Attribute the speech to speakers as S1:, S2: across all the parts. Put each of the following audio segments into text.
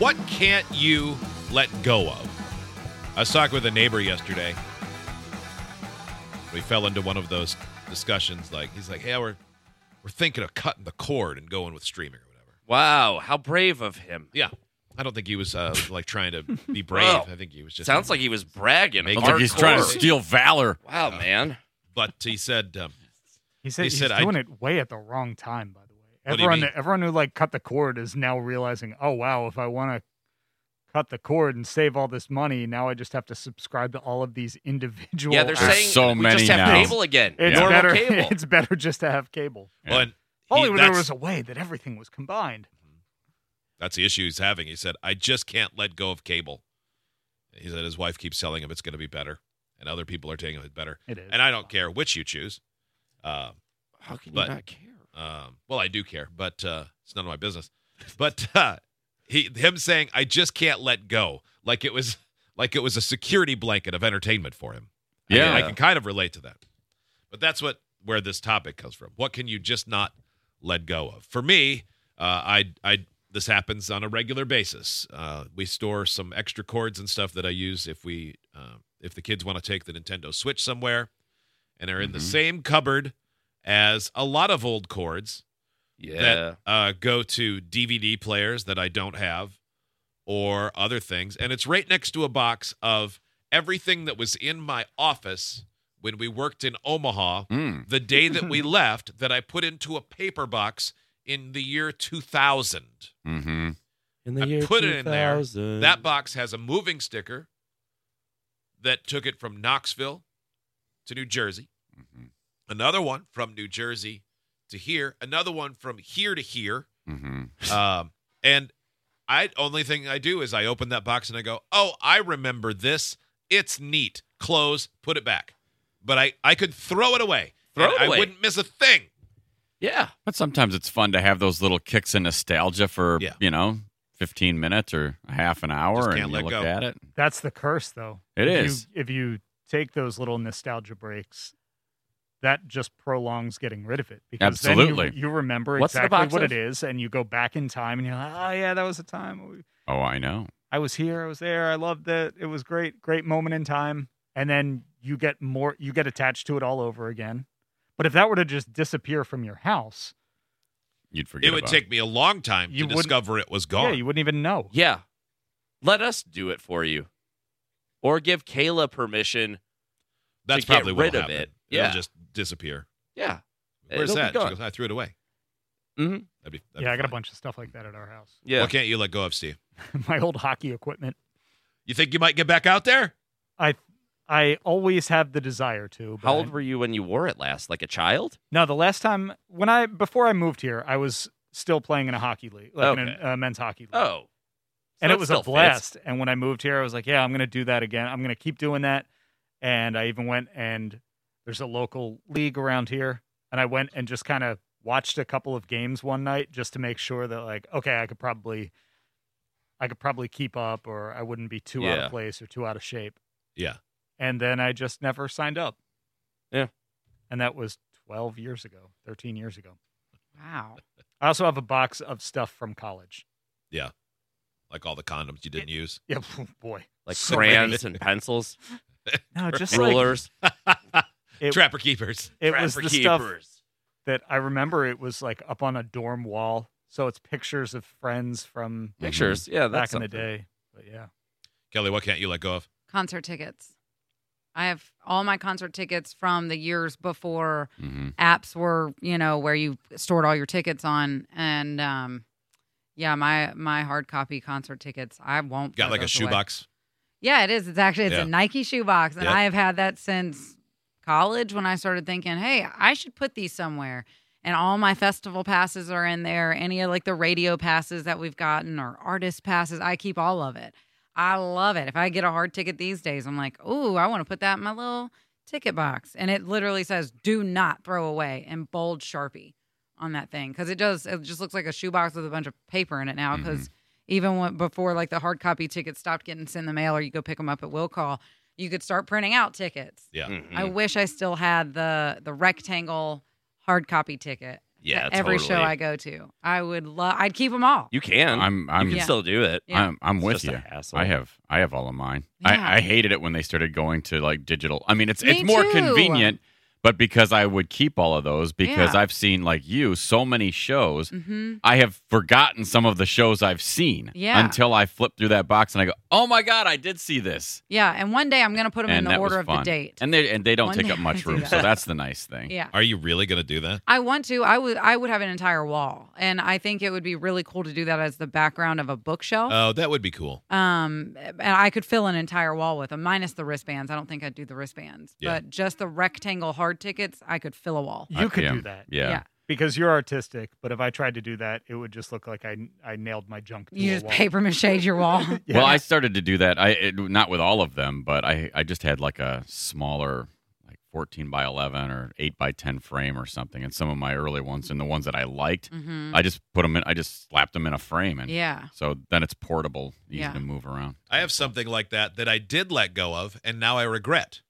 S1: What can't you let go of? I was talking with a neighbor yesterday. We fell into one of those discussions. Like he's like, "Hey, we're we're thinking of cutting the cord and going with streaming or whatever."
S2: Wow, how brave of him.
S1: Yeah, I don't think he was uh, like trying to be brave.
S2: Wow.
S1: I think he was just
S2: Sounds like he was bragging.
S1: Make-
S3: Sounds like he's trying to
S2: Hardcore.
S3: steal valor.
S2: Wow, man.
S1: But he said, um,
S4: He said
S1: He
S4: he's
S1: said, I-
S4: doing it way at the wrong time, by the way.
S1: What do you
S4: Everyone,
S1: mean?
S4: everyone who like cut the cord is now realizing, oh wow, if I want to cut the cord and save all this money, now I just have to subscribe to all of these individual.
S2: Yeah, they're
S4: apps.
S2: saying
S3: so
S2: we
S3: many
S2: just have
S3: now.
S2: cable again.
S4: it's
S2: Normal
S4: better.
S2: cable.
S4: It's better just to have cable.
S1: "Well, and he-
S4: Only when there
S1: that's,
S4: was a way that everything was combined.
S1: that's the issue he's having." He said, "I just can't let go of cable." He said his wife keeps telling him it's going to be better, and other people are taking it better.
S4: It is.
S1: And I don't care which you choose. Uh,
S2: How can you
S1: But-
S2: not care?
S1: Um, well, I do care, but uh, it's none of my business. But uh, he, him saying, "I just can't let go," like it was, like it was a security blanket of entertainment for him. I mean,
S3: Yeah.
S1: I, can kind of relate to that. But that's what where this topic comes from. What can you just not let go of? For me, uh, I, I, this happens on a regular basis. Uh, we store some extra cords and stuff that I use if we, uh, if the kids want to take the Nintendo Switch somewhere, and are in the same cupboard as a lot of old cords
S2: Yeah.
S1: that uh, go to DVD players that I don't have or other things. And it's right next to a box of everything that was in my office when we worked in Omaha
S3: Mm.
S1: the day that we left that I put into a paper box in the year 2000.
S3: Mm-hmm.
S5: In
S1: I put it in there. That box has a moving sticker that took it from Knoxville to New Jersey. Another one from New Jersey to here. Another one from here to here.
S3: Mm-hmm.
S1: Um, and I only thing I do is I open that box and I go, "Oh, I remember this. It's neat." Close, put it back. But I I could throw it away.
S2: Throw
S1: and
S2: it away.
S1: I wouldn't miss a thing.
S2: yeah.
S3: But sometimes it's fun to have those little kicks of nostalgia for
S1: Yeah.
S3: you know, fifteen minutes or a half an hour,
S1: Just
S3: and
S1: can't
S3: you
S1: let
S3: look
S1: go.
S3: at it.
S4: That's the curse, though.
S3: It
S4: It is.
S3: is.
S4: if you take those little nostalgia breaks, that just prolongs getting rid of it because
S3: Absolutely.
S4: then you, you remember
S2: What's in the
S4: exactly
S2: box
S4: what
S2: of?
S4: it is, and you go back in time, and you're like, oh yeah, that was a time we-
S3: Oh, I know.
S4: I was here, I was there, I loved it, it was great, great moment in time, and then you get more, you get attached to it all over again. But if that were to just disappear from your house,
S3: You'd forget.
S1: it would
S3: about
S1: take me a long time
S4: You
S1: to
S4: wouldn't-
S1: discover it was
S4: yeah,
S1: gone.
S4: you wouldn't even know.
S2: Yeah. Let us do it for you. Or give Kayla permission.
S1: That's
S2: to get
S1: probably what
S2: rid
S1: will
S2: of
S1: happen.
S2: it.
S1: It'll
S2: Yeah.
S1: just disappear.
S2: Yeah.
S1: Where's
S2: It'll be
S1: that? She
S2: gone.
S1: goes, I threw it away.
S2: Mhm.
S1: That'd be, that'd
S4: Yeah,
S1: be
S4: I got a
S1: fine.
S4: bunch of stuff like that at our house.
S2: Yeah.
S1: What can't you let go of, Steve?
S4: My old hockey equipment.
S1: You think you might get back out there?
S4: I I always have the desire to. But
S2: How old were you when you wore it last? Like a child?
S4: No, the last time when I before I moved here, I was still playing in a hockey league, like in
S2: Okay.
S4: a uh, men's hockey league.
S2: Oh. So
S4: and
S2: that
S4: it was
S2: still
S4: a
S2: fits.
S4: blast. And when I moved here, I was like, yeah, I'm going to do that again. I'm going to keep doing that. And I even went and there's a local league around here, and I went and just kind of watched a couple of games one night just to make sure that like, okay, I could probably I could probably keep up or I wouldn't be too out
S2: Yeah.
S4: of place or too out of shape.
S1: Yeah.
S4: And then I just never signed up.
S2: Yeah.
S4: And that was 12 years ago, 13 years ago.
S5: Wow.
S4: I also have a box of stuff from college.
S1: Like all the condoms you didn't use.
S4: Yeah, boy.
S2: Like
S1: So
S2: crayons and pencils,
S4: No, just like
S2: rulers.
S4: it,
S1: Trapper keepers.
S4: it was the
S2: Trapper
S4: stuff
S2: keepers.
S4: that I remember. It was like up on a dorm wall, so it's pictures of friends from
S3: Mhm.
S2: Pictures. Yeah. That's
S3: Mm-hmm.
S4: back in the
S2: something.
S4: day. But yeah,
S1: Kelly, what can't you let go of?
S5: concert tickets. I have all my concert tickets from the years before
S3: Mm-hmm.
S5: apps were, you know, where you stored all your tickets on. And um, yeah, my my hard copy concert tickets, I won't.
S1: Got
S5: throw
S1: like a
S5: those away.
S1: shoebox.
S5: Yeah, it is. It's actually it's
S1: Yeah.
S5: a Nike shoebox, and
S1: Yep.
S5: I have had that since college when I started thinking, hey, I should put these somewhere. And all my festival passes are in there. Any of like the radio passes that we've gotten or artist passes, I keep all of it. I love it. If I get a hard ticket these days, I'm like, ooh, I want to put that in my little ticket box. And it literally says, do not throw away in bold Sharpie on that thing. Cause it does, it just looks like a shoebox with a bunch of paper in it now. Cause even when, before like the hard copy tickets stopped getting sent in the mail or you go pick them up at will call, you could start printing out tickets.
S1: Yeah.
S2: Mm. Mm-hmm.
S5: I
S3: Mm.
S5: wish I still had the the rectangle hard copy ticket.
S2: Yeah,
S5: to every show
S2: totally.
S5: I go to, I would love. I'd keep them all.
S2: You can.
S3: I'm
S2: you
S3: I'm
S2: can
S5: Yeah.
S2: still do it.
S5: Yeah.
S3: I'm, I'm
S2: It's
S3: with
S2: just a
S3: you.
S2: hassle.
S3: I have I have all of mine.
S5: Yeah.
S3: I, I hated it when they started going to like digital. I mean, it's
S5: Me
S3: it's more
S5: too.
S3: convenient, but because I would keep all of those because
S5: Yeah.
S3: I've seen like you so many shows,
S5: hmm
S3: I have forgotten some of the shows I've seen
S5: Yeah.
S3: until I flip through that box and I go, "Oh my god, I did see this."
S5: Yeah, and one day I'm gonna put them
S3: and
S5: in the
S3: that was
S5: order of the
S3: fun.
S5: date.
S3: And they and they don't
S5: One
S3: take
S5: day
S3: up
S5: I
S3: much
S5: do
S3: room,
S5: that.
S3: so that's the nice thing.
S5: yeah,
S1: Are you really going to do that?
S5: I want to. I would. I would have an entire wall, and I think it would be really cool to do that as the background of a bookshelf.
S1: Oh, that would be cool.
S5: Um, and I could fill an entire wall with them, minus the wristbands. I don't think I'd do the wristbands,
S1: Yeah.
S5: but just the rectangle hard tickets, I could fill a wall.
S4: you
S3: I-
S4: could
S3: yeah.
S4: do that
S3: Yeah.
S5: Yeah.
S4: because you're artistic. But if I tried to do that, it would just look like I I nailed my junk. To
S5: You
S4: a
S5: just
S4: wall.
S5: paper mache your wall.
S4: Yeah.
S3: Well, I started to do that. I it, not with all of them, but I I just had like a smaller like 14 by 11 or 8 by 10 frame or something and some of my early ones and the ones that I liked,
S5: hmm
S3: I just put them in I just slapped them in a frame and
S5: Yeah.
S3: so then it's portable, easy
S5: Yeah.
S3: to move around.
S1: I have something like that that I did let go of and now I regret.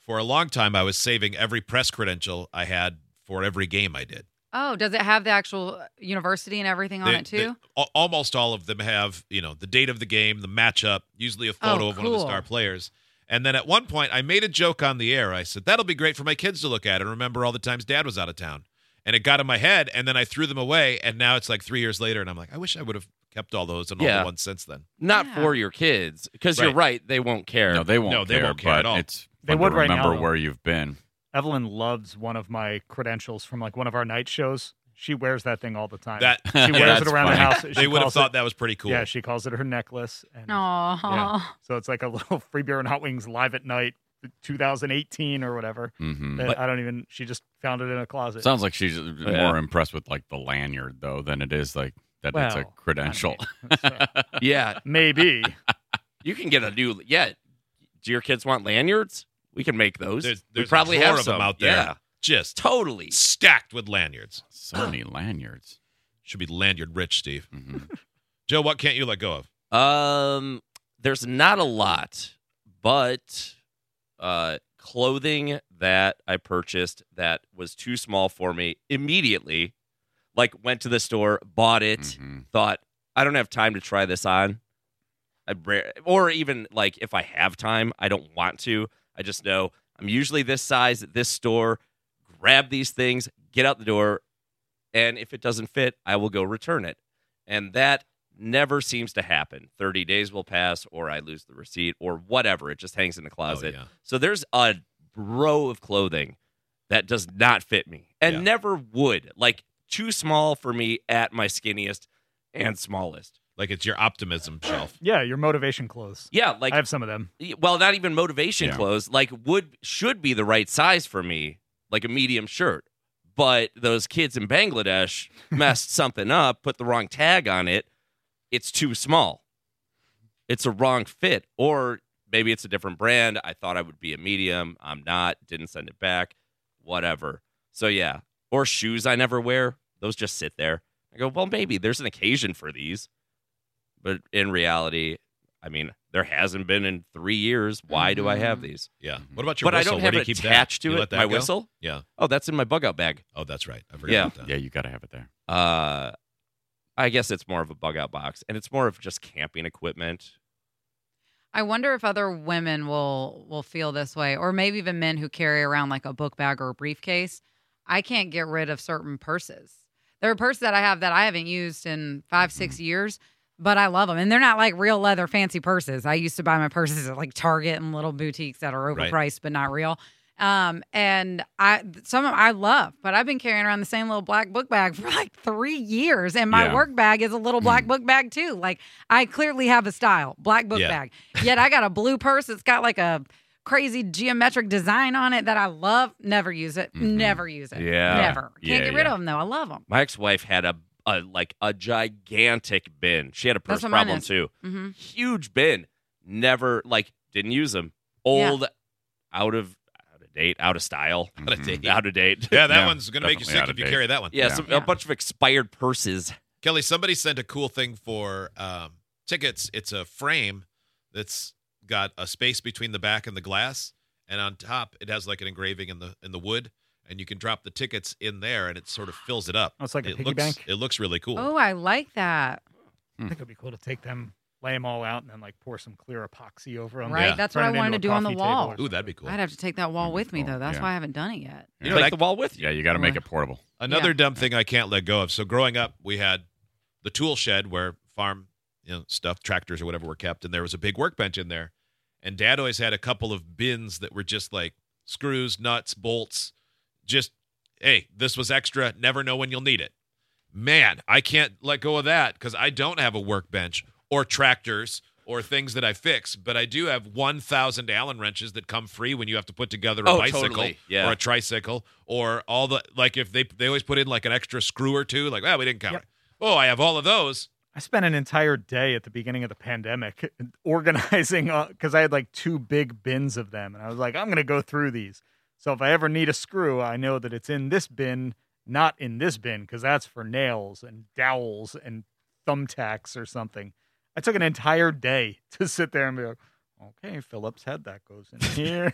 S1: For a long time, I was saving every press credential I had for every game I did.
S5: Oh, does it have the actual uh, university and everything on
S1: They-
S5: it
S1: they-
S5: too?
S1: al- almost all of them have, you know, the date of the game, the matchup, usually a photo
S5: Oh,
S1: of one of the
S5: cool.
S1: star players. And then at one point, I made a joke on the air. I said, that'll be great for my kids to look at and remember all the times dad was out of town. And it got in my head, and then I threw them away. And now it's like three years later, and I'm like, I wish I would have kept all those and all
S2: Yeah.
S1: the ones since then.
S2: Not
S5: Yeah.
S2: for your kids, because you're
S1: Right.
S2: right. They won't care.
S3: No, they won't
S1: No, they
S3: care,
S1: won't care at
S3: but
S1: all.
S3: it's
S4: They
S3: fun
S4: would
S3: to
S4: right now,
S3: remember
S4: though.
S3: where you've been.
S4: Evelyn loves one of my credentials from like one of our night shows. She wears that thing all the time.
S1: That
S4: she wears it
S3: that's
S4: around the
S3: funny.
S4: house. She
S1: they would have
S4: calls it-
S1: thought that was pretty cool.
S4: Yeah, she calls it her necklace. And
S5: No.
S4: So it's like a little free beer and hot wings live at night, 2018 or whatever.
S3: Mhm.
S4: Uh, I don't even. She just found it in a closet.
S3: Sounds like she's more
S2: Yeah.
S3: impressed with like the lanyard though than it is like that it's a
S4: Well,
S3: credential.
S2: yeah,
S4: uh, Maybe.
S2: you can get a new. Yeah, do your kids want lanyards? We can make those.
S1: There's-
S2: we
S1: there's a
S2: probably
S1: drawer
S2: have
S1: of them
S2: some
S1: out there.
S2: Yeah,
S1: Just
S2: totally.
S1: stacked with lanyards.
S3: so many lanyards.
S1: Should be lanyard rich, Steve.
S3: Mhm.
S1: Joe, what can't you let go of?
S2: Um, there's not a lot, but uh, clothing that I purchased that was too small for me immediately, like went to the store, bought it,
S1: Mm-hmm.
S3: Mhm.
S2: thought I don't have time to try this on. I rare, or even like if I have time, I don't want to. I just know I'm usually this size at this store. Grab these things, get out the door, and if it doesn't fit, I will go return it. And that never seems to happen. 30 days will pass or I lose the receipt or whatever. It just hangs in the closet.
S1: yeah.
S2: So there's a row of clothing that does not fit me and
S1: Yeah.
S2: never would. Like too small for me at my skinniest and smallest.
S1: Like it's your optimism shelf.
S4: yeah, your motivation clothes.
S2: Yeah, like
S4: I have some of them.
S2: well, not even motivation
S3: Yeah.
S2: clothes. Like would should be the right size for me, like a medium shirt. But those kids in Bangladesh messed something up, put the wrong tag on it. It's too small. It's a wrong fit, or maybe it's a different brand. I thought I would be a medium. I'm not. Didn't send it back. Whatever. So yeah, or shoes I never wear. Those just sit there. I go, well, maybe there's an occasion for these, but in reality, I mean, there hasn't been in three years. Why do I have
S5: Mhm.
S2: these?
S1: Yeah.
S3: Mhm.
S1: What about your
S2: Mm-hmm. But I
S1: whistle?
S2: don't
S1: Where
S2: have
S1: do you
S2: it
S1: keep
S2: attached
S1: that?
S2: to
S1: You
S2: it.
S1: let that
S2: My
S1: go?
S2: whistle.
S1: Yeah.
S2: Oh, that's in my bug out bag.
S1: Oh, that's right. I forgot
S2: Yeah.
S1: about that.
S3: Yeah, you got to have it there.
S2: Uh, I guess it's more of a bug out box, and it's more of just camping equipment.
S5: I wonder if other women will will feel this way, or maybe even men who carry around like a book bag or a briefcase. I can't get rid of certain purses. There are purses that I have that I haven't used in 5 six years but I love them. And they're not like real leather fancy purses. I used to buy my purses at like Target and little boutiques that are
S1: Right.
S5: overpriced but not real. Um, and I some of 'em I love, but I've been carrying around the same little black book bag for like three years, and my
S3: Yeah.
S5: work bag is a little black book bag too. Like I clearly have a style, black book
S1: Yeah.
S5: bag. Yet I got a blue purse that's got like a crazy geometric design on it that I love. Never use it.
S3: Mhm.
S5: Never use it.
S2: Yeah.
S5: Never. Can't
S3: Yeah,
S5: get rid
S3: yeah.
S5: of them though. I love them.
S2: My ex-wife had a, a like a gigantic bin. She had a
S5: That's
S2: purse
S5: what mine
S2: problem
S5: is.
S2: too.
S5: hmm
S2: Huge bin. Never like didn't use them. Old, out of out of date, out of style, Mm-hmm.
S1: Out of date.
S2: out of date.
S1: Yeah, that
S3: Yeah,
S1: one's going to make you
S3: definitely
S1: sick
S3: out of
S1: if you
S3: date.
S1: carry that one.
S2: Yeah, some,
S5: Yeah.
S2: a bunch of expired purses.
S1: Kelly, somebody sent a cool thing for um, tickets. It's a frame that's got a space between the back and the glass, and on top it has like an engraving in the in the wood, and you can drop the tickets in there, and it sort of fills it up.
S4: Oh, it's like a
S1: it
S4: piggy
S1: looks,
S4: bank?
S1: It looks really cool.
S5: Oh, I like that.
S4: I think it'd be cool to take them, lay them all out, and then like pour some clear epoxy over them.
S5: Right,
S1: Yeah.
S5: that's what I wanted to do on the wall.
S1: Ooh, that'd be cool.
S5: I'd have to take that wall
S3: That'd be
S5: with me
S3: cool,
S5: though. That's
S3: yeah.
S5: why I haven't done it yet.
S3: You
S2: You
S3: know,
S2: Take
S1: that-
S2: the wall with you.
S3: Yeah, you got to make it portable.
S1: Another
S5: Yeah.
S1: dumb thing I can't let go of. So growing up, we had the tool shed where farm you know stuff, tractors or whatever were kept, and there was a big workbench in there. And dad always had a couple of bins that were just like screws, nuts, bolts, just hey, this was extra, never know when you'll need it. Man, I can't let go of that because I don't have a workbench or tractors or things that I fix, but I do have 1,000 Allen wrenches that come free when you have to put together a
S2: Oh,
S1: bicycle
S2: totally. Yeah.
S1: or a tricycle or all the, like if they, they always put in like an extra screw or two, like, ah, we didn't count
S4: Yep.
S1: it. Oh, I have all of those.
S4: I spent an entire day at the beginning of the pandemic organizing because I had like two big bins of them, and I was like, I'm gonna go through these. So if I ever need a screw, I know that it's in this bin, not in this bin, because that's for nails and dowels and thumbtacks or something. I took an entire day to sit there and be like, okay, Phillips head that goes in here.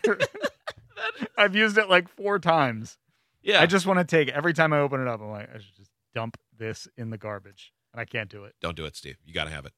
S4: I've used it like four times.
S2: Yeah,
S4: I just want to take every time I open it up. I'm like, I should just dump this in the garbage, and I can't do it.
S1: Don't do it, Steve. You got to have it.